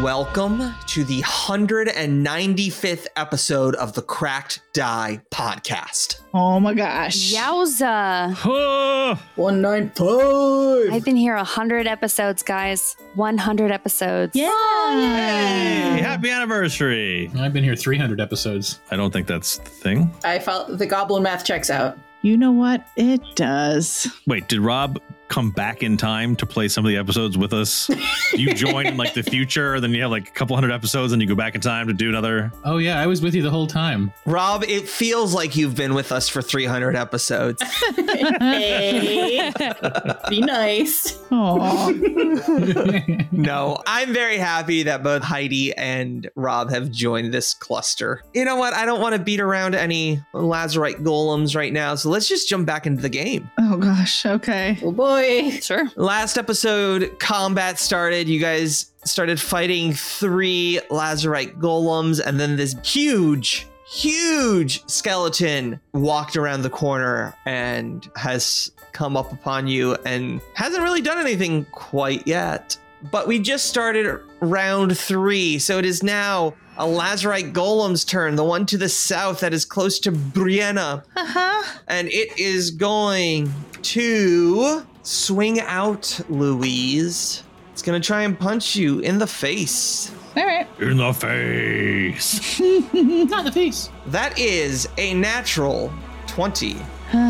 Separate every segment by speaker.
Speaker 1: welcome to the 195th episode of the Cracked Die podcast.
Speaker 2: Oh my gosh.
Speaker 3: Yowza.
Speaker 4: One nine five.
Speaker 3: I've been here 100 episodes, guys. 100 episodes.
Speaker 2: Yeah.
Speaker 5: Hey, happy anniversary.
Speaker 6: I've been here 300 episodes.
Speaker 5: I don't think that's the thing.
Speaker 4: I felt the goblin math checks out.
Speaker 2: You know what? It does.
Speaker 5: Wait, did Rob come back in time to play some of the episodes with us? You join in like the future, then you have like a couple hundred episodes, and you go back in time to do another.
Speaker 6: Oh yeah, I was with you the whole time.
Speaker 1: Rob, it feels like you've been with us for 300 episodes.
Speaker 4: Hey. Be nice.
Speaker 2: Oh,
Speaker 1: No, I'm very happy that both Heidi and Rob have joined this cluster. You know what? I don't want to beat around any Lazarite golems right now, so let's just jump back into the game.
Speaker 2: oh gosh. Okay.
Speaker 4: Oh boy.
Speaker 3: Sure.
Speaker 1: Last episode, combat started. You guys started fighting three Lazarite golems, and then this huge, huge skeleton walked around the corner and has come up upon you and hasn't really done anything quite yet. But we just started round three, so it is now a Lazarite golem's turn, the one to the south that is close to Brianna
Speaker 2: Uh huh.
Speaker 1: and it is going to swing out, Louise. It's gonna try and punch you in the face.
Speaker 2: All right.
Speaker 5: In the face.
Speaker 6: Not the face.
Speaker 1: That is a natural 20.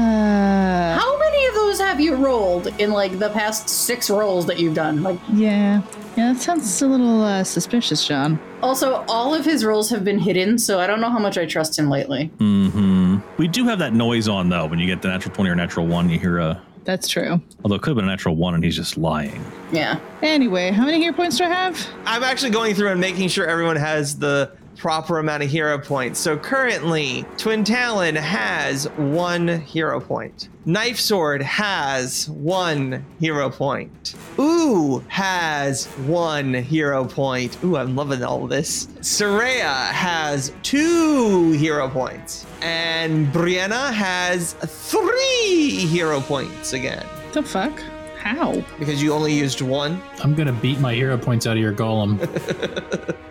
Speaker 2: Uh,
Speaker 4: How many of those have you rolled in like the past six rolls that you've done? Like,
Speaker 2: yeah. Yeah, that sounds a little uh, suspicious, John.
Speaker 4: also, all of his rolls have been hidden, so I don't know how much I trust him lately.
Speaker 5: hmm We do have that noise on though. When you get the natural twenty or natural one, you hear a.
Speaker 2: That's true.
Speaker 5: Although it could have been a natural one, and he's just lying.
Speaker 4: Yeah.
Speaker 2: Anyway, how many hero points do I have?
Speaker 1: I'm actually going through and making sure everyone has the proper amount of hero points. So currently, Twin Talon has one hero point. Knife Sword has one hero point. Ooh has one hero point. Ooh, I'm loving all this. Soraya has two hero points. And Brianna has three hero points again.
Speaker 2: The fuck? How?
Speaker 1: Because you only used one.
Speaker 6: I'm gonna beat my hero points out of your golem.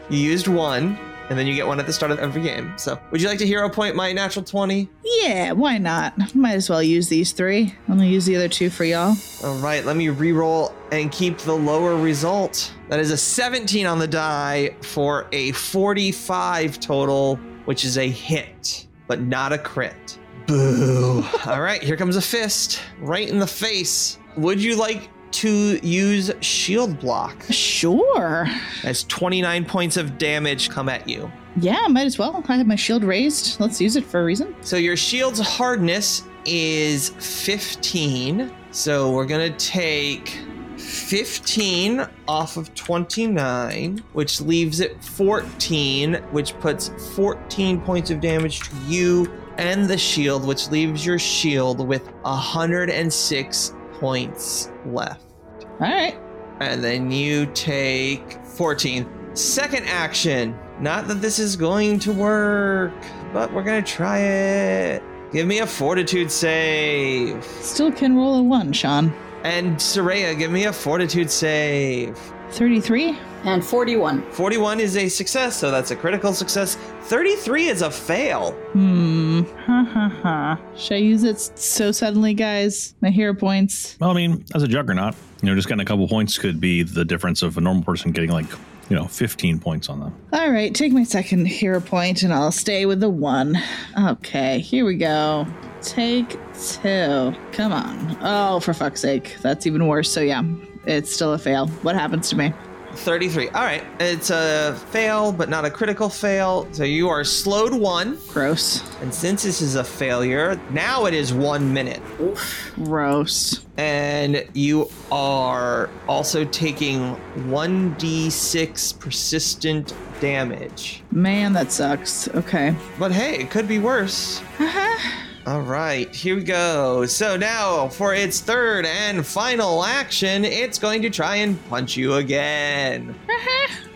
Speaker 1: You used one, and then you get one at the start of every game. So, would you like to hero point my natural 20?
Speaker 2: Yeah, why not? Might as well use these three. I'm gonna use the other two for y'all.
Speaker 1: All right, let me re-roll and keep the lower result. That is a 17 on the die for a 45 total, which is a hit, but not a crit. Boo. All right, here comes a fist right in the face. Would you like to use shield block?
Speaker 2: Sure.
Speaker 1: As 29 points of damage come at you.
Speaker 2: Yeah, might as well. I have my shield raised. Let's use it for a reason.
Speaker 1: So your shield's hardness is 15. So we're going to take 15 off of 29, which leaves it 14, which puts 14 points of damage to you and the shield, which leaves your shield with 106 points left.
Speaker 2: All right.
Speaker 1: And then you take 14. Second action. Not that this is going to work, but we're going to try it. Give me a fortitude save.
Speaker 2: Still can roll a one, Sean.
Speaker 1: And Soraya, give me a fortitude save.
Speaker 2: 33?
Speaker 4: And 41.
Speaker 1: 41 is a success, so that's a critical success. 33 is a fail.
Speaker 2: Hmm. Ha ha ha. Should I use it s- so suddenly, guys? My hero points.
Speaker 5: Well, I mean, as a juggernaut, you know, just getting a couple points could be the difference of a normal person getting like, you know, fifteen points on them.
Speaker 2: All right, take my second hero point and I'll stay with the one. Okay, here we go. Take two. Come on. Oh, for fuck's sake. That's even worse. So, yeah, it's still a fail. What happens to me?
Speaker 1: 33. All right. It's a fail, but not a critical fail. So you are slowed one.
Speaker 2: Gross.
Speaker 1: And since this is a failure, now it is one minute.
Speaker 2: Gross.
Speaker 1: and you are also taking 1d6 persistent damage.
Speaker 2: Man, that sucks. Okay.
Speaker 1: But hey, it could be worse. All right, here we go. So now for its third and final action, it's going to try and punch you again.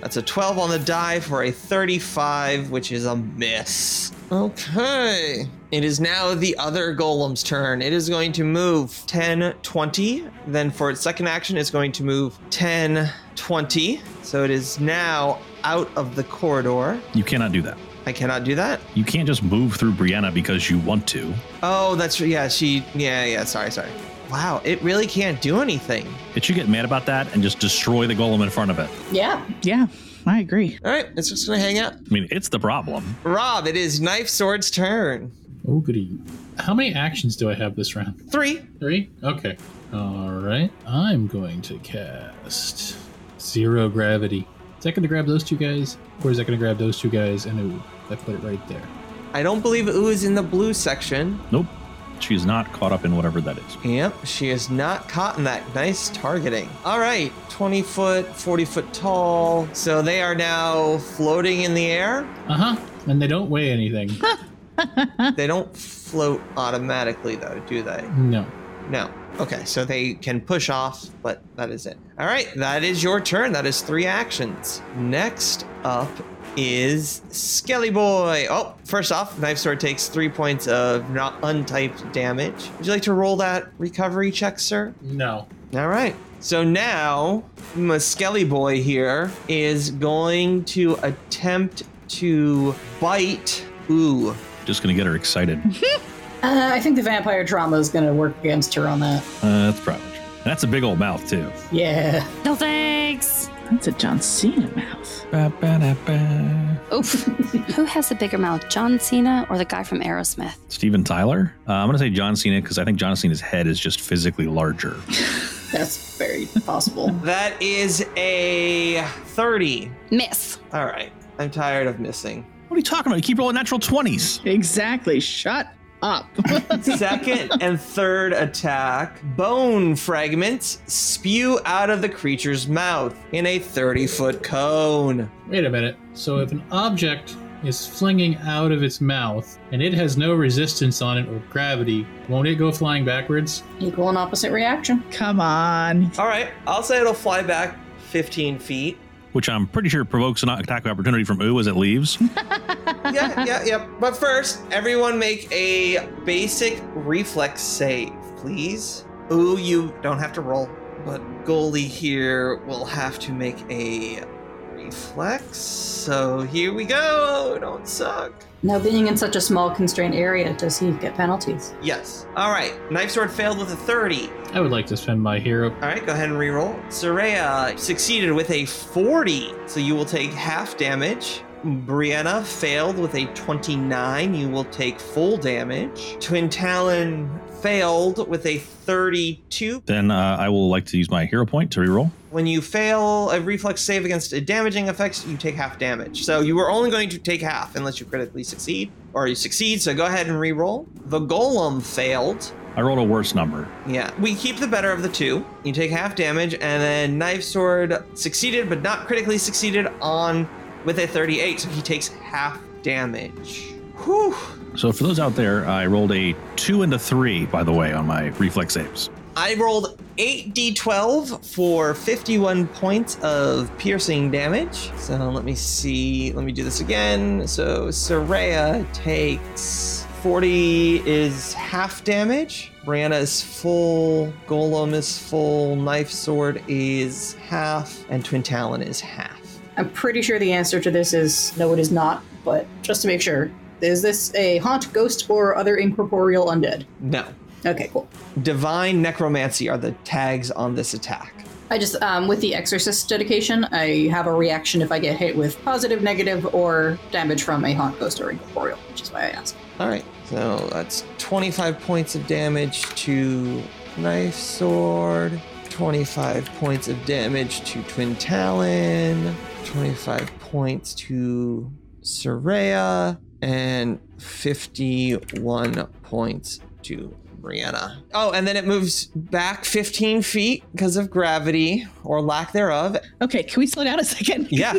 Speaker 1: That's a 12 on the die for a 35, which is a miss. Okay. It is now the other golem's turn. It is going to move 10, 20. Then for its second action, it's going to move 10, 20. So it is now out of the corridor.
Speaker 5: You cannot do that.
Speaker 1: I cannot do that.
Speaker 5: You can't just move through Brianna because you want to.
Speaker 1: Oh, that's yeah. She yeah yeah. Sorry sorry. Wow, it really can't do anything.
Speaker 5: It should get mad about that and just destroy the golem in front of it.
Speaker 4: Yeah.
Speaker 2: Yeah, I agree.
Speaker 1: All right, it's just gonna hang out.
Speaker 5: I mean, it's the problem.
Speaker 1: Rob, it is knife sword's turn.
Speaker 6: Oh, goody. How many actions do I have this round?
Speaker 1: Three.
Speaker 6: Three? Okay. All right. I'm going to cast Zero Gravity. Is that going to grab those two guys? Or is that going to grab those two guys? And ooh, I put it right there.
Speaker 1: I don't believe Ooh is in the blue section.
Speaker 5: Nope. She's not caught up in whatever that is.
Speaker 1: Yep, she is not caught in that. Nice targeting. All right, 20 foot, 40 foot tall. So they are now floating in the air.
Speaker 6: Uh huh. And they don't weigh anything.
Speaker 1: They don't float automatically, though, do they?
Speaker 6: no.
Speaker 1: No. Okay, so they can push off, but that is it. All right, that is your turn. That is three actions. Next up is Skelly Boy. Oh, first off, Knife Sword takes three points of not untyped damage. Would you like to roll that recovery check, sir?
Speaker 6: No.
Speaker 1: All right. So now, Muskelly Boy here is going to attempt to bite. Ooh.
Speaker 5: Just going to get her excited.
Speaker 4: Uh, I think the vampire trauma is going to work against her on that.
Speaker 5: Uh, that's probably true. And that's a big old mouth, too.
Speaker 4: Yeah.
Speaker 3: No thanks.
Speaker 2: That's a John Cena mouth.
Speaker 3: Oof. Who has the bigger mouth, John Cena or the guy from Aerosmith?
Speaker 5: Steven Tyler? Uh, I'm going to say John Cena because I think John Cena's head is just physically larger.
Speaker 4: That's very possible.
Speaker 1: That is a 30.
Speaker 3: Miss.
Speaker 1: All right. I'm tired of missing.
Speaker 5: What are you talking about? You keep rolling natural 20s.
Speaker 2: Exactly. Shut up.
Speaker 1: Second and third attack. Bone fragments spew out of the creature's mouth in a 30 foot cone.
Speaker 6: Wait a minute. So if an object is flinging out of its mouth and it has no resistance on it or gravity, won't it go flying backwards?
Speaker 4: Equal and opposite reaction.
Speaker 2: Come on.
Speaker 1: All right. I'll say it'll fly back 15 feet.
Speaker 5: which I'm pretty sure provokes an attack of opportunity from Ooh as it leaves.
Speaker 1: yeah, yeah, yeah. But first, everyone make a basic reflex save, please. Ooh, you don't have to roll, but goalie here will have to make a reflex. So here we go. Don't suck.
Speaker 4: Now, being in such a small constrained area, does he get penalties?
Speaker 1: Yes. All right. Knife sword failed with a 30.
Speaker 6: I would like to spend my hero.
Speaker 1: All right, go ahead and reroll. Soraya succeeded with a 40, so you will take half damage. Brianna failed with a 29, you will take full damage. Twin Talon failed with a 32.
Speaker 5: then uh, I will like to use my hero point to reroll.
Speaker 1: When you fail a reflex save against a damaging effect, you take half damage. So you are only going to take half unless you critically succeed, or you succeed, so go ahead and reroll. The Golem failed.
Speaker 5: I rolled a worse number.
Speaker 1: Yeah, we keep the better of the two. You take half damage, and then knife sword succeeded, but not critically succeeded on with a 38, so he takes half damage. Whew!
Speaker 5: So for those out there, I rolled a two and a three, by the way, on my reflex saves.
Speaker 1: I rolled 8d12 for 51 points of piercing damage. So let me see. Let me do this again. So Saraya takes 40 is half damage. Brianna is full. Golem is full. Knife sword is half. And Twin Talon is half.
Speaker 4: I'm pretty sure the answer to this is no, it is not, but just to make sure, is this a haunt, ghost, or other incorporeal undead?
Speaker 1: No.
Speaker 4: Okay, cool.
Speaker 1: Divine Necromancy are the tags on this attack.
Speaker 4: I just, um, with the exorcist dedication, I have a reaction if I get hit with positive, negative, or damage from a haunt, ghost, or incorporeal, which is why I asked.
Speaker 1: All right. So that's 25 points of damage to knife sword, 25 points of damage to twin talon, 25 points to Soraya, and 51 points to Brianna. Oh, and then it moves back 15 feet because of gravity or lack thereof.
Speaker 2: Okay, can we slow down a second?
Speaker 1: Yeah.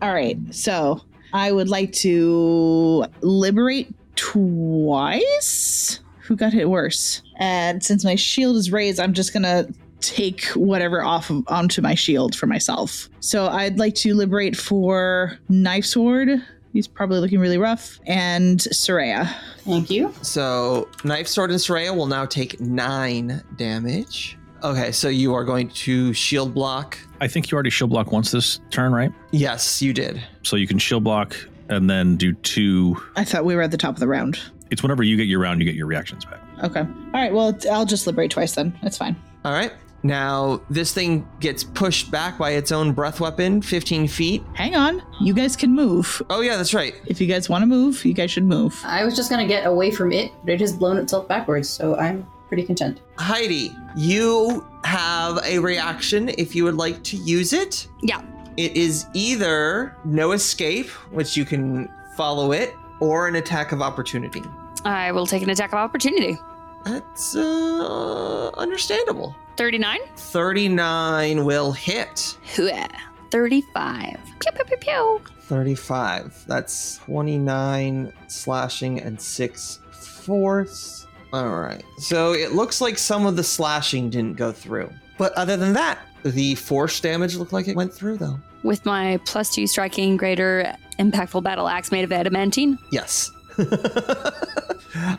Speaker 2: All right. So I would like to liberate twice. Who got hit worse? And since my shield is raised, I'm just gonna take whatever off of, onto my shield for myself. So I'd like to liberate for knife sword. He's probably looking really rough. And Soraya.
Speaker 4: Thank you.
Speaker 1: So knife, sword, and Soraya will now take nine damage. Okay, so you are going to shield block.
Speaker 5: I think you already shield block once this turn, right?
Speaker 1: Yes, you did.
Speaker 5: So you can shield block and then do two.
Speaker 2: I thought we were at the top of the round.
Speaker 5: It's whenever you get your round, you get your reactions back.
Speaker 2: Okay. All right. Well, it's- I'll just liberate twice then. That's fine.
Speaker 1: All right. Now this thing gets pushed back by its own breath weapon, 15 feet.
Speaker 2: Hang on. You guys can move.
Speaker 1: Oh yeah, that's right.
Speaker 2: If you guys want to move, you guys should move.
Speaker 4: I was just gonna get away from it, but it has blown itself backwards, so I'm pretty content.
Speaker 1: Heidi, you have a reaction if you would like to use it.
Speaker 3: Yeah.
Speaker 1: It is either no escape, which you can follow it, or an attack of opportunity.
Speaker 3: I will take an attack of opportunity.
Speaker 1: That's uh, understandable.
Speaker 3: 39?
Speaker 1: 39 will hit.
Speaker 3: Hooah. 35. Pew, pew, pew, pew.
Speaker 1: 35. That's 29 slashing and 6 force. All right. So it looks like some of the slashing didn't go through. But other than that, the force damage looked like it went through, though.
Speaker 3: With my plus two striking, greater impactful battle axe made of adamantine.
Speaker 1: Yes.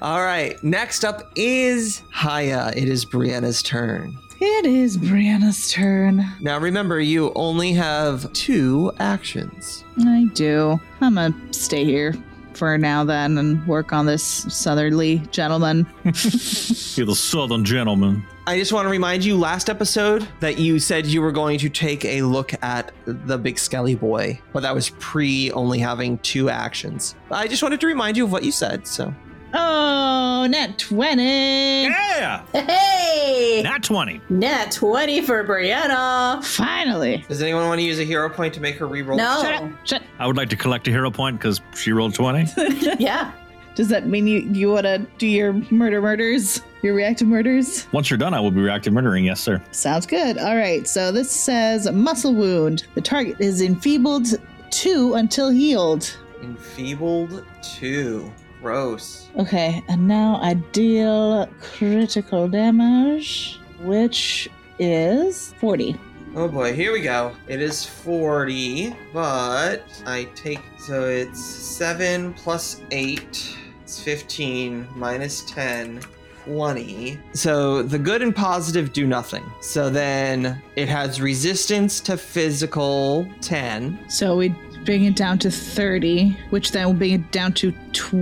Speaker 1: All right. Next up is Haya. It is Brianna's turn.
Speaker 2: It is Brianna's turn.
Speaker 1: Now, remember, you only have two actions.
Speaker 2: I do. I'm gonna stay here for now then and work on this southerly gentleman.
Speaker 5: You're the southern gentleman.
Speaker 1: I just want to remind you last episode that you said you were going to take a look at the big skelly boy, but that was pre only having two actions. I just wanted to remind you of what you said, so.
Speaker 2: Oh, net 20.
Speaker 5: Yeah!
Speaker 4: Hey!
Speaker 5: Nat 20.
Speaker 4: Net 20 for Brianna!
Speaker 2: Finally.
Speaker 1: Does anyone want to use a hero point to make her reroll?
Speaker 2: Shut up.
Speaker 4: No.
Speaker 2: Shut.
Speaker 5: I would like to collect a hero point because she rolled 20.
Speaker 4: yeah.
Speaker 2: Does that mean you, you want to do your murder murders? Your reactive murders?
Speaker 5: Once you're done, I will be reactive murdering. Yes, sir.
Speaker 2: Sounds good. All right. So this says muscle wound. The target is enfeebled two until healed.
Speaker 1: Enfeebled 2. Gross.
Speaker 2: Okay, and now I deal critical damage, which is 40.
Speaker 1: Oh boy, here we go. It is 40, but I take so it's 7 plus 8, it's 15 minus 10, 20. So the good and positive do nothing. So then it has resistance to physical 10.
Speaker 2: So we bring it down to 30, which then will bring it down to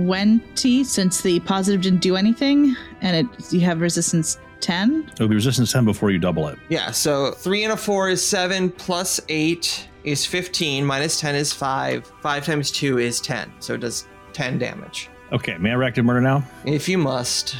Speaker 2: 20 since the positive didn't do anything and it you have resistance 10.
Speaker 5: It'll be resistance 10 before you double it.
Speaker 1: Yeah, so 3 and a 4 is 7 plus 8 is 15 minus 10 is 5. 5 times 2 is 10. So it does 10 damage.
Speaker 5: Okay, may I reactive murder now?
Speaker 1: If you must.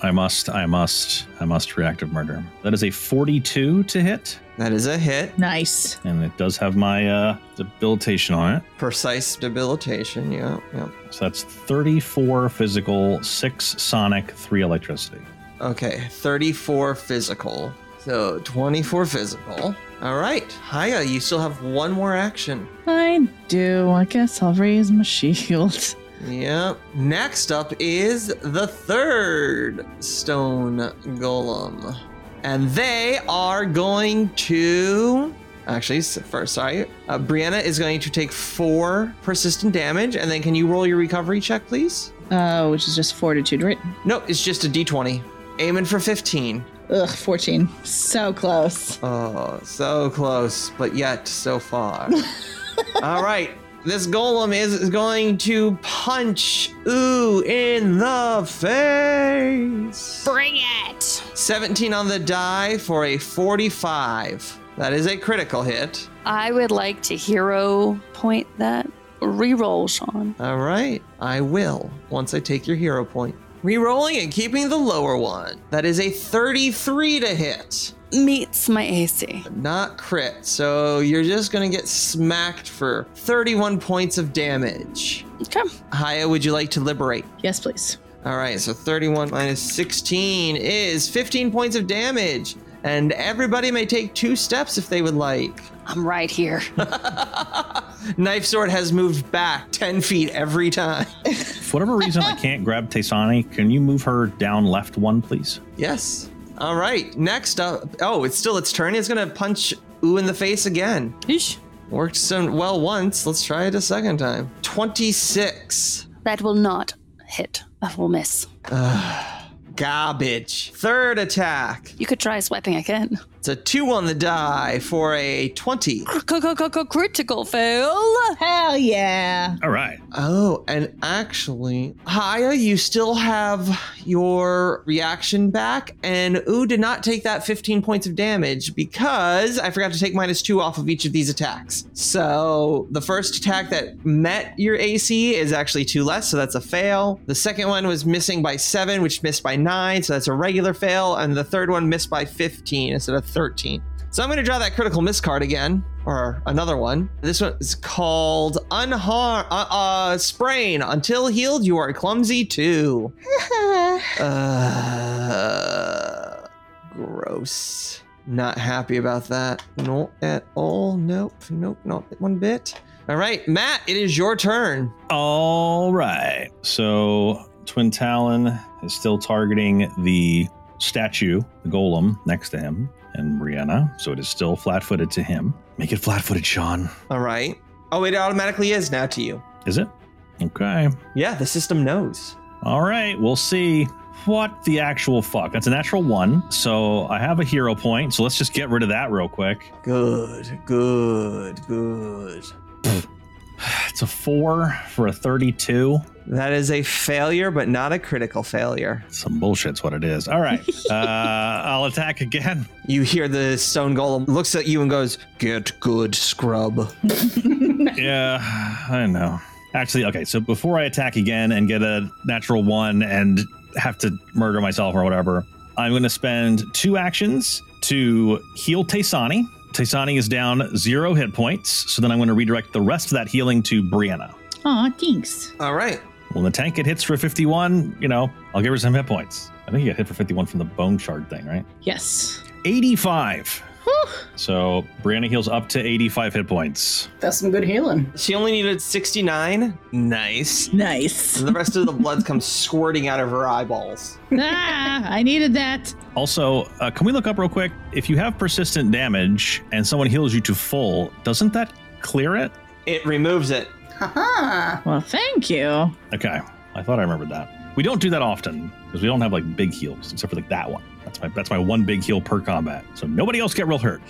Speaker 5: I must, I must, I must reactive murder. That is a 42 to hit,
Speaker 1: That is a hit.
Speaker 2: Nice.
Speaker 5: and it does have my uh, debilitation on it.
Speaker 1: Precise debilitation. Yeah, yeah.
Speaker 5: So that's 34 physical, 6 sonic, 3 electricity.
Speaker 1: Okay, 34 physical. So 24 physical. All right, Haya, you still have one more action.
Speaker 2: I do. I guess I'll raise my shield.
Speaker 1: Yep. Next up is the third stone golem. And they are going to. Actually, s- first, sorry. Uh, Brianna is going to take four persistent damage. And then can you roll your recovery check, please?
Speaker 2: Uh, which is just fortitude, right?
Speaker 1: No, it's just a d20. Aiming for 15.
Speaker 2: Ugh, 14. So close.
Speaker 1: Oh, so close, but yet so far. All right. This golem is going to punch Ooh in the face.
Speaker 3: Bring it!
Speaker 1: 17 on the die for a 45. That is a critical hit.
Speaker 3: I would like to hero point that. Reroll, Sean.
Speaker 1: All right. I will once I take your hero point. Rerolling and keeping the lower one. That is a 33 to hit.
Speaker 3: Meets my AC.
Speaker 1: Not crit, so you're just gonna get smacked for 31 points of damage.
Speaker 3: Okay.
Speaker 1: Haya, would you like to liberate?
Speaker 2: Yes, please.
Speaker 1: All right, so 31 minus 16 is 15 points of damage, and everybody may take two steps if they would like.
Speaker 3: I'm right here.
Speaker 1: Knife Sword has moved back 10 feet every time.
Speaker 5: If whatever reason I can't grab Taysani, can you move her down left one, please?
Speaker 1: Yes. All right, next up. Oh, it's still its turn. It's gonna punch Ooh in the face again.
Speaker 3: Yeesh.
Speaker 1: Worked some well once. Let's try it a second time. 26.
Speaker 3: That will not hit. That will miss.
Speaker 1: Garbage. Third attack.
Speaker 3: You could try swiping again.
Speaker 1: It's a 2 on the die for a 20.
Speaker 3: Critical fail.
Speaker 2: Hell yeah.
Speaker 5: All right.
Speaker 1: Oh, and actually, Haya, you still have your reaction back, and Ooh did not take that 15 points of damage because I forgot to take minus two off of each of these attacks. So the first attack that met your AC is actually two less, so that's a fail. The second one was missing by seven, which missed by nine, so that's a regular fail. And the third one missed by 15 instead of 13. So I'm going to draw that critical miss card again, or another one. This one is called Unharm uh, uh, Sprain. Until healed, you are clumsy too. Uh, gross. Not happy about that. Not at all. Nope. Nope. Not one bit. All right, Matt, it is your turn.
Speaker 5: All right. So Twin Talon is still targeting the statue, the golem next to him, and Brianna. So it is still flat footed to him. Make it flat footed, Sean.
Speaker 1: All right. Oh, it automatically is now to you.
Speaker 5: Is it? Okay.
Speaker 1: Yeah, the system knows.
Speaker 5: All right. We'll see. What the actual fuck? That's a natural one. So I have a hero point. So let's just get rid of that real quick.
Speaker 1: Good, good, good.
Speaker 5: It's a four for a 32.
Speaker 1: That is a failure, but not a critical failure.
Speaker 5: Some bullshit's what it is. All right. Uh, I'll attack again.
Speaker 1: You hear the stone golem looks at you and goes, "Get good, scrub."
Speaker 5: Yeah, I know. Actually, okay, so before I attack again and get a natural one and have to murder myself or whatever, I'm going to spend two actions to heal Taysani. Taysani is down zero hit points, so then I'm going to redirect the rest of that healing to Brianna.
Speaker 2: Aw, thanks.
Speaker 1: All right.
Speaker 5: When the tank it hits for 51, you know, I'll give her some hit points. I think you got hit for 51 from the bone shard thing, right?
Speaker 2: Yes.
Speaker 5: 85.
Speaker 2: Whew.
Speaker 5: So Brianna heals up to 85 hit points.
Speaker 4: That's some good healing.
Speaker 1: She only needed 69. Nice.
Speaker 2: Nice.
Speaker 1: And the rest of the blood comes squirting out of her eyeballs.
Speaker 2: ah, I needed that.
Speaker 5: Also, uh, can we look up real quick? If you have persistent damage and someone heals you to full, doesn't that clear it?
Speaker 1: It removes it.
Speaker 4: Haha.
Speaker 2: Well, thank you.
Speaker 5: Okay, I thought I remembered that. We don't do that often because we don't have like big heals except for like that one. That's my that's my one big heal per combat. So nobody else get real hurt.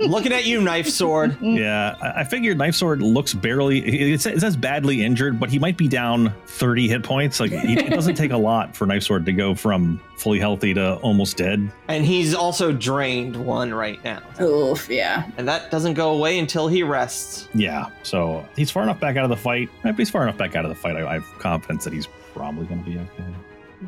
Speaker 1: Looking at you, knife sword.
Speaker 5: yeah, I, I figured knife sword looks barely. It, it sa- it says badly injured, but he might be down thirty hit points. Like he- it doesn't take a lot for knife sword to go from fully healthy to almost dead.
Speaker 1: And he's also drained one right now.
Speaker 4: Oof, yeah.
Speaker 1: And that doesn't go away until he rests.
Speaker 5: Yeah, so he's far enough back out of the fight. If he's far enough back out of the fight, I, I have confidence that he's probably going to be okay.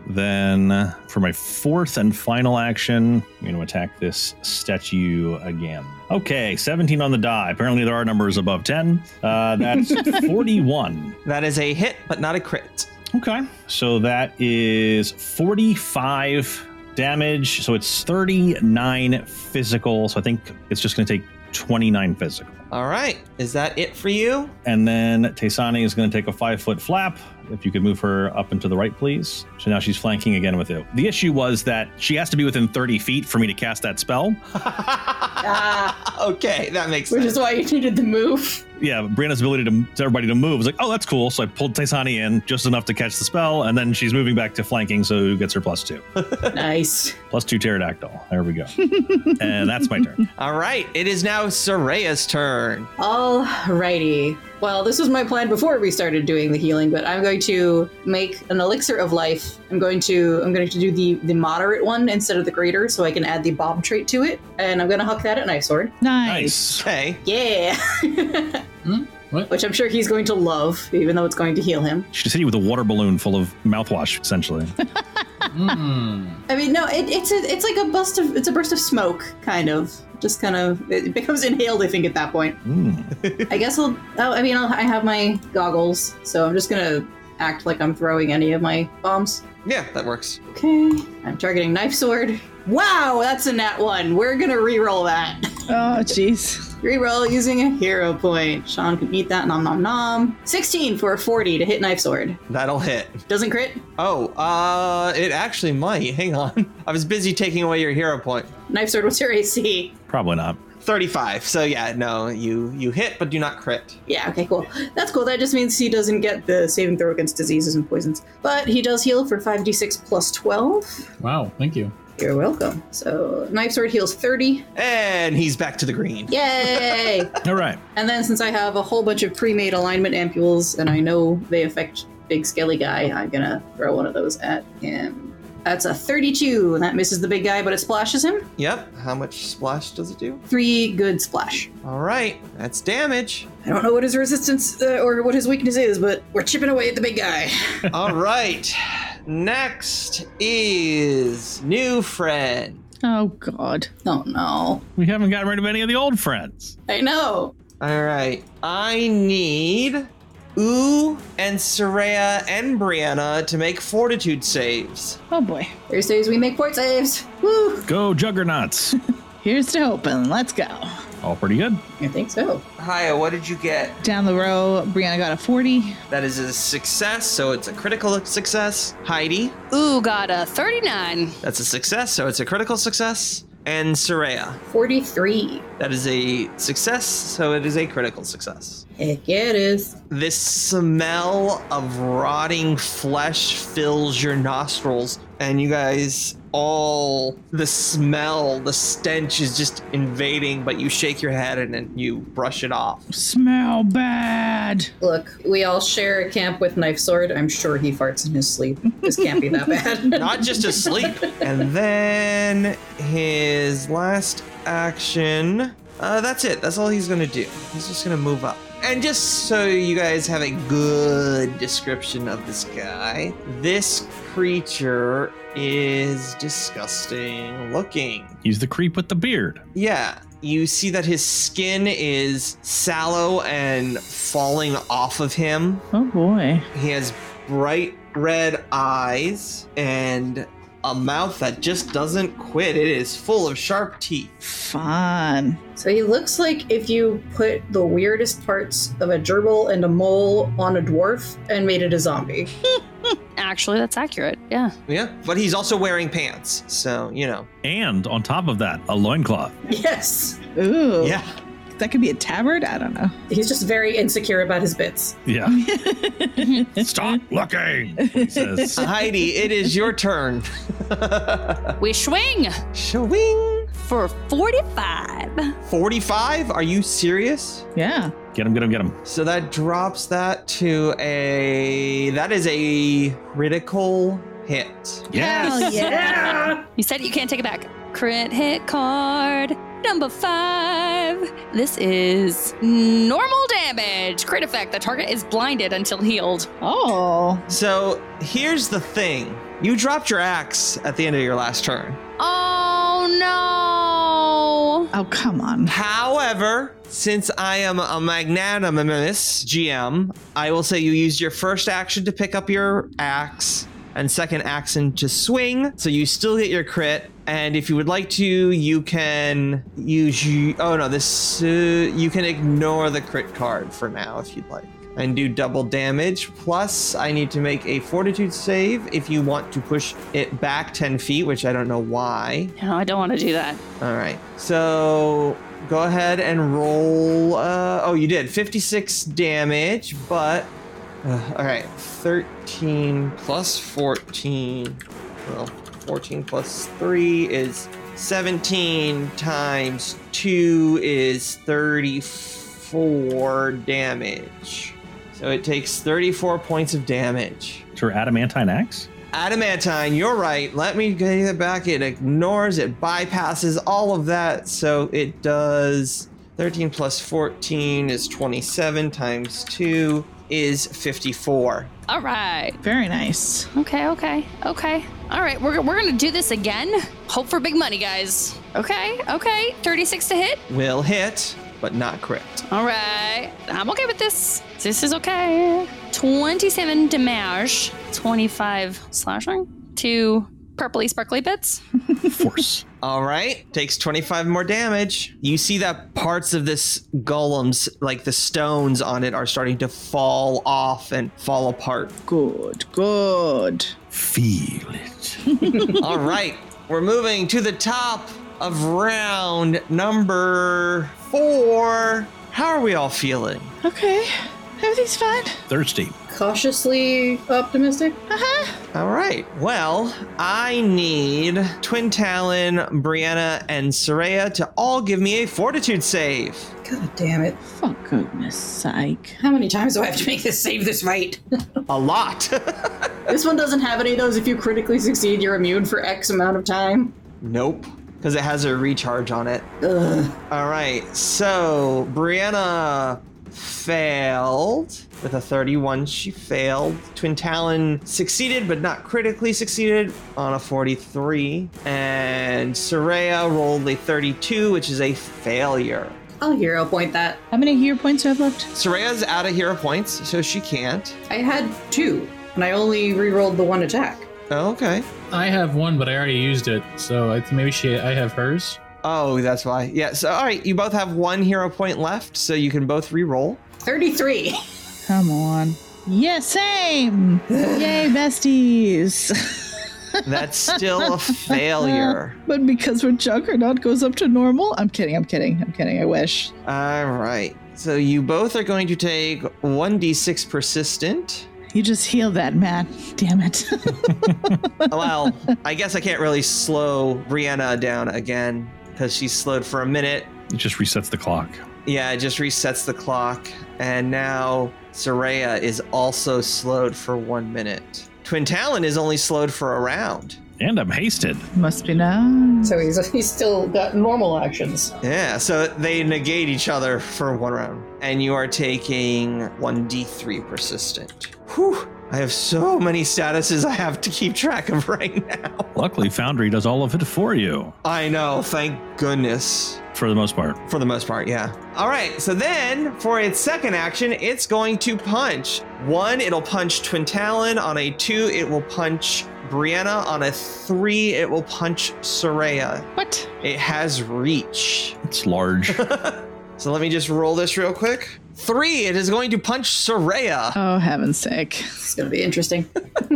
Speaker 5: Then, uh, for my fourth and final action, I'm going to attack this statue again. Okay, 17 on the die. Apparently, there are numbers above 10. Uh, that's 41.
Speaker 1: That is a hit, but not a crit.
Speaker 5: Okay, so that is 45 damage. So it's 39 physical. So I think it's just going to take 29 physical.
Speaker 1: All right. Is that it for you?
Speaker 5: And then Taysani is going to take a five foot flap. If you could move her up and to the right, please. So now she's flanking again with you. The issue was that she has to be within 30 feet for me to cast that spell.
Speaker 4: Ah,
Speaker 1: Okay, that makes
Speaker 4: which
Speaker 1: sense.
Speaker 4: is why you needed the move.
Speaker 5: Yeah, Brianna's ability to, to everybody to move was like, oh, that's cool. So I pulled Taysani in just enough to catch the spell. And then she's moving back to flanking, so gets her plus two.
Speaker 4: nice.
Speaker 5: plus two pterodactyl. There we go. and that's my turn.
Speaker 1: All right. It is now Soraya's turn.
Speaker 4: Alrighty. Well, this was my plan before we started doing the healing, but I'm going to make an elixir of life. I'm going to I'm going to do the the moderate one instead of the greater, so I can add the bomb trait to it, and I'm going to hook that at knife sword.
Speaker 2: Nice.
Speaker 5: Nice.
Speaker 1: Okay.
Speaker 4: Yeah, Hmm?
Speaker 6: What?
Speaker 4: which I'm sure he's going to love, even though it's going to heal him.
Speaker 5: She just hit you with a water balloon full of mouthwash, essentially.
Speaker 6: Mm.
Speaker 4: I mean, no, it, it's a, it's like a burst of it's a burst of smoke, kind of. Just kind of it becomes inhaled, I think, at that point.
Speaker 5: Mm.
Speaker 4: I guess I'll. Oh, I mean, I'll, I have my goggles, so I'm just gonna act like I'm throwing any of my bombs.
Speaker 1: Yeah, that works.
Speaker 4: Okay, I'm targeting knife sword. Wow, that's a nat one. We're gonna reroll that.
Speaker 2: Oh, jeez.
Speaker 4: reroll using a hero point. Sean can eat that. Nom nom nom. 16 for a 40 to hit knife sword.
Speaker 1: That'll hit.
Speaker 4: Doesn't crit.
Speaker 1: Oh, uh, it actually might. Hang on. I was busy taking away your hero point.
Speaker 4: Knife sword. What's your AC?
Speaker 5: Probably not.
Speaker 1: 35. So yeah, no, you you hit but do not crit.
Speaker 4: Yeah, okay, cool. That's cool. That just means he doesn't get the saving throw against diseases and poisons. But he does heal for 5d6 plus 12.
Speaker 6: Wow, thank you.
Speaker 4: You're welcome. So, Knife Sword heals 30.
Speaker 1: And he's back to the green.
Speaker 4: Yay!
Speaker 5: All right.
Speaker 4: and then, since I have a whole bunch of pre made alignment ampules and I know they affect Big Skelly Guy, I'm gonna throw one of those at him. That's a 32. That misses the big guy, but it splashes him.
Speaker 1: Yep. How much splash does it do?
Speaker 4: Three good splash.
Speaker 1: All right. That's damage.
Speaker 4: I don't know what his resistance uh, or what his weakness is, but we're chipping away at the big guy.
Speaker 1: All right. Next is new friend.
Speaker 2: Oh God.
Speaker 4: Oh no.
Speaker 5: We haven't gotten rid of any of the old friends.
Speaker 4: I know.
Speaker 1: All right. I need Ooh and Soraya and Brianna to make fortitude saves.
Speaker 2: Oh boy.
Speaker 4: Thursdays we make port saves. Woo!
Speaker 5: Go juggernauts.
Speaker 2: Here's to hoping. Let's go.
Speaker 5: All pretty good.
Speaker 4: I think so.
Speaker 1: Haya, what did you get?
Speaker 2: Down the row, Brianna got a 40.
Speaker 1: That is a success, so it's a critical success. Heidi,
Speaker 3: Ooh, got a 39.
Speaker 1: that's a success, so it's a critical success. And Soraya,
Speaker 4: 43.
Speaker 1: that is a success, so it is a critical success.
Speaker 4: Heck yeah, it is.
Speaker 1: This smell of rotting flesh fills your nostrils, and you guys all the smell, the stench is just invading, but you shake your head and then you brush it off.
Speaker 2: Smell bad.
Speaker 4: Look, we all share a camp with Knife Sword. I'm sure he farts in his sleep. This can't be that bad.
Speaker 1: not just asleep. and then his last action. Uh, that's it. That's all he's gonna do. He's just gonna move up. And just so you guys have a good description of this guy, this creature is disgusting looking.
Speaker 5: He's the creep with the beard.
Speaker 1: Yeah. You see that his skin is sallow and falling off of him.
Speaker 2: Oh boy.
Speaker 1: He has bright red eyes and a mouth that just doesn't quit. It is full of sharp teeth.
Speaker 2: Fun.
Speaker 4: so he looks like if you put the weirdest parts of a gerbil and a mole on a dwarf and made it a zombie.
Speaker 3: Actually, that's accurate. Yeah.
Speaker 1: Yeah. But he's also wearing pants. So, you know.
Speaker 5: And on top of that, a loincloth.
Speaker 4: Yes.
Speaker 2: Ooh.
Speaker 1: Yeah.
Speaker 2: That could be a tabard. I don't know.
Speaker 4: He's just very insecure about his bits.
Speaker 5: Yeah. Stop looking. He says.
Speaker 1: Uh, Heidi, it is your turn.
Speaker 3: We swing
Speaker 1: Shwing.
Speaker 3: for 45.
Speaker 1: 45? Are you serious?
Speaker 2: yeah.
Speaker 5: Get him, get him, get him.
Speaker 1: So that drops that to a. That is a critical hit.
Speaker 5: Yes.
Speaker 4: Oh,
Speaker 2: Hell yeah.
Speaker 3: You said it, you can't take it back. Crit hit card number five. This is normal damage. Crit effect. The target is blinded until healed.
Speaker 2: oh.
Speaker 1: So here's the thing you dropped your axe at the end of your last turn.
Speaker 3: Oh no.
Speaker 2: Oh come on.
Speaker 1: However, since I am a magnanimous GM, I will say you used your first action to pick up your axe and second action to swing, so you still get your crit. And if you would like to, you can use you. Oh no, this uh, you can ignore the crit card for now if you'd like. And do double damage. Plus, I need to make a fortitude save if you want to push it back 10 feet, which I don't know why.
Speaker 3: No, I don't want to do that.
Speaker 1: All right. So go ahead and roll. Uh, oh, you did 56 damage, but. Uh, all right. 13 plus 14. Well, 14 plus 3 is 17 times 2 is 34 damage. So it takes 34 points of damage.
Speaker 5: To her adamantine axe.
Speaker 1: Adamantine, you're right. Let me get it back. It ignores, it bypasses all of that. So it does 13 plus 14 is 27 times 2 is 54.
Speaker 3: All right.
Speaker 2: Very nice.
Speaker 3: Okay, okay, okay. All right, we're, we're gonna do this again. Hope for big money, guys. Okay, okay. 36 to hit.
Speaker 1: Will hit, but not crit.
Speaker 3: All right. I'm okay with this. This is okay. 27 damage, 25 slashing, two purpley sparkly bits.
Speaker 5: Force.
Speaker 1: All right, takes 25 more damage. You see that parts of this golem's, like the stones on it, are starting to fall off and fall apart.
Speaker 2: Good. Good.
Speaker 5: Feel it.
Speaker 1: All right, we're moving to the top of round number four. How are we all feeling?
Speaker 2: Okay. Everything's fine.
Speaker 5: Thirsty.
Speaker 4: Cautiously optimistic.
Speaker 2: Uh-huh.
Speaker 1: All right. Well, I need Twin Talon, Brianna, and Soraya to all give me a fortitude save.
Speaker 4: God damn it.
Speaker 2: For goodness sake.
Speaker 4: How many times do I have to make this save this fight?
Speaker 1: A lot.
Speaker 4: this one doesn't have any of those. If you critically succeed, you're immune for X amount of time.
Speaker 1: nope. Because it has a recharge on it.
Speaker 4: Ugh.
Speaker 1: All right. So Brianna failed with a 31. She failed. Twin Talon succeeded, but not critically succeeded on a 43. And Soraya rolled a 32, which is a failure.
Speaker 4: I'll hero point that.
Speaker 2: How many hero points do I have left?
Speaker 1: Soraya's out of hero points, so she can't.
Speaker 4: I had two, and I only rerolled the one attack.
Speaker 1: Oh, Okay.
Speaker 6: I have one, but I already used it, so I, maybe she. I have hers.
Speaker 1: Oh, that's why. Yeah. So, all right, you both have one hero point left, so you can both re-roll.
Speaker 4: 33.
Speaker 2: Come on. Yeah, same. Yay, besties.
Speaker 1: That's still a failure.
Speaker 2: but because when Juggernaut goes up to normal, I'm kidding, I'm kidding, I'm kidding, I wish.
Speaker 1: All right. So you both are going to take 1d6 persistent.
Speaker 2: You just heal that, Matt. Damn it.
Speaker 1: Oh, well, I guess I can't really slow Brianna down again because she's slowed for a minute.
Speaker 5: It just resets the clock.
Speaker 1: Yeah, it just resets the clock. And now Soraya is also slowed for one minute. Twin Talon is only slowed for a round.
Speaker 5: And I'm hasted.
Speaker 2: Must be nice.
Speaker 4: So he's, he's still got normal actions.
Speaker 1: Yeah, so they negate each other for one round. And you are taking 1d3 persistent. Whew, I have so many statuses I have to keep track of right now.
Speaker 5: Luckily, Foundry does all of it for you,
Speaker 1: I know, thank goodness.
Speaker 5: for the most part.
Speaker 1: For the most part, yeah. All right, so then for its second action, it's going to punch. One, it'll punch Twin Talon. On a two, it will punch Brianna. On a three, it will punch Soraya.
Speaker 2: What?
Speaker 1: It has reach.
Speaker 5: It's large.
Speaker 1: So let me just roll this real quick. Three, it is going to punch Soraya.
Speaker 2: Oh, heaven's sake.
Speaker 4: It's going to be interesting.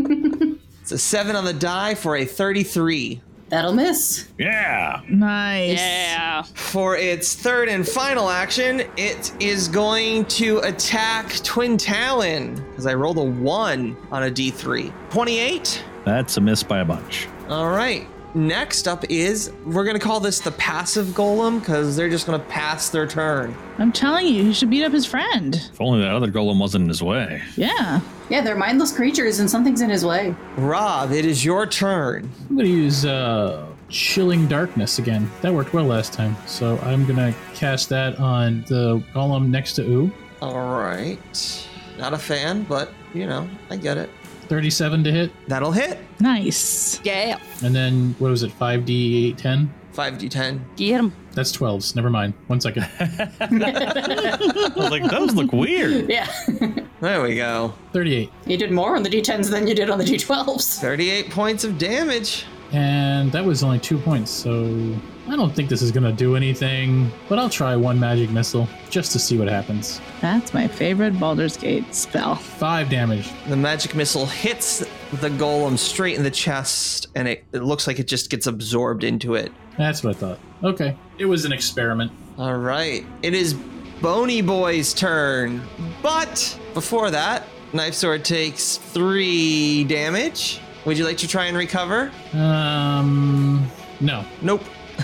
Speaker 1: It's a seven on the die for a 33.
Speaker 4: That'll miss.
Speaker 5: yeah.
Speaker 2: Nice.
Speaker 3: Yeah.
Speaker 1: For its third and final action, it is going to attack Twin Talon because I rolled a one on a d3. 28.
Speaker 5: That's a miss by a bunch.
Speaker 1: All right. Next up is we're going to call this the passive golem because they're just going to pass their turn.
Speaker 2: I'm telling you, he should beat up his friend.
Speaker 5: If only that other golem wasn't in his way.
Speaker 2: Yeah.
Speaker 4: Yeah, they're mindless creatures, and something's in his way.
Speaker 1: Rob, it is your turn.
Speaker 6: I'm gonna use uh, chilling darkness again. That worked well last time, so I'm gonna cast that on the golem next to Ooh.
Speaker 1: All right. Not a fan, but you know, I get it.
Speaker 6: 37 to hit,
Speaker 1: That'll hit.
Speaker 2: Nice.
Speaker 3: Yeah.
Speaker 6: and then what was it? 5d8, 10.
Speaker 1: 5d10.
Speaker 3: Get him.
Speaker 6: That's 12s. Never mind. One second.
Speaker 5: I was like, those look weird.
Speaker 4: Yeah.
Speaker 1: There we go.
Speaker 6: 38,
Speaker 4: you did more on the d10s than you did on the d12s.
Speaker 1: 38 points of damage.
Speaker 6: and that was only two points. So I don't think this is gonna do anything, but I'll try one magic missile just to see what happens.
Speaker 2: That's my favorite Baldur's Gate spell.
Speaker 6: Five damage.
Speaker 1: The magic missile hits the golem straight in the chest, and it, it looks like it just gets absorbed into it.
Speaker 6: That's what I thought. Okay, it was an experiment.
Speaker 1: All right. It is Bony Boy's turn. But before that, Knife Sword takes three damage. Would you like to try and recover?
Speaker 6: Um, no.
Speaker 1: Nope.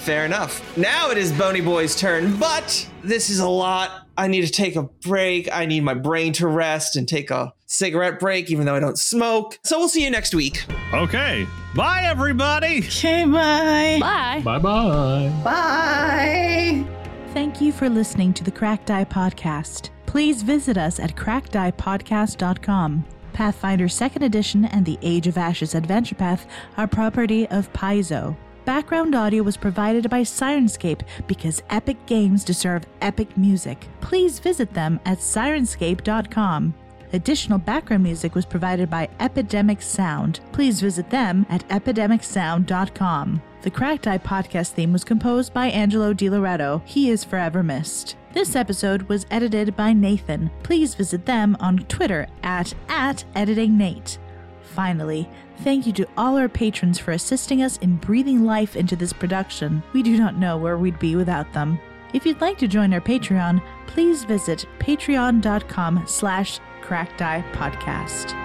Speaker 1: Fair enough. Now it is Bony Boy's turn, but this is a lot. I need to take a break. I need my brain to rest and take a cigarette break, even though I don't smoke. So we'll see you next week.
Speaker 5: Okay. Bye, everybody.
Speaker 2: Okay, bye.
Speaker 3: Bye.
Speaker 6: Bye bye.
Speaker 4: Bye.
Speaker 7: Thank you for listening to the Cracked Eye Podcast. Please visit us at crackedeyepodcast.com. Pathfinder 2nd Edition and the Age of Ashes Adventure Path are property of Paizo. Background audio was provided by Sirenscape because epic games deserve epic music. Please visit them at sirenscape.com. Additional background music was provided by Epidemic Sound. Please visit them at epidemicsound.com. The Cracked Eye podcast theme was composed by Angelo DiLoretto. He is forever missed. This episode was edited by Nathan. Please visit them on Twitter at, at editingnate. Finally, thank you to all our patrons for assisting us in breathing life into this production. We do not know where we'd be without them. If you'd like to join our Patreon, please visit patreon.com slash crackdiepodcast. podcast.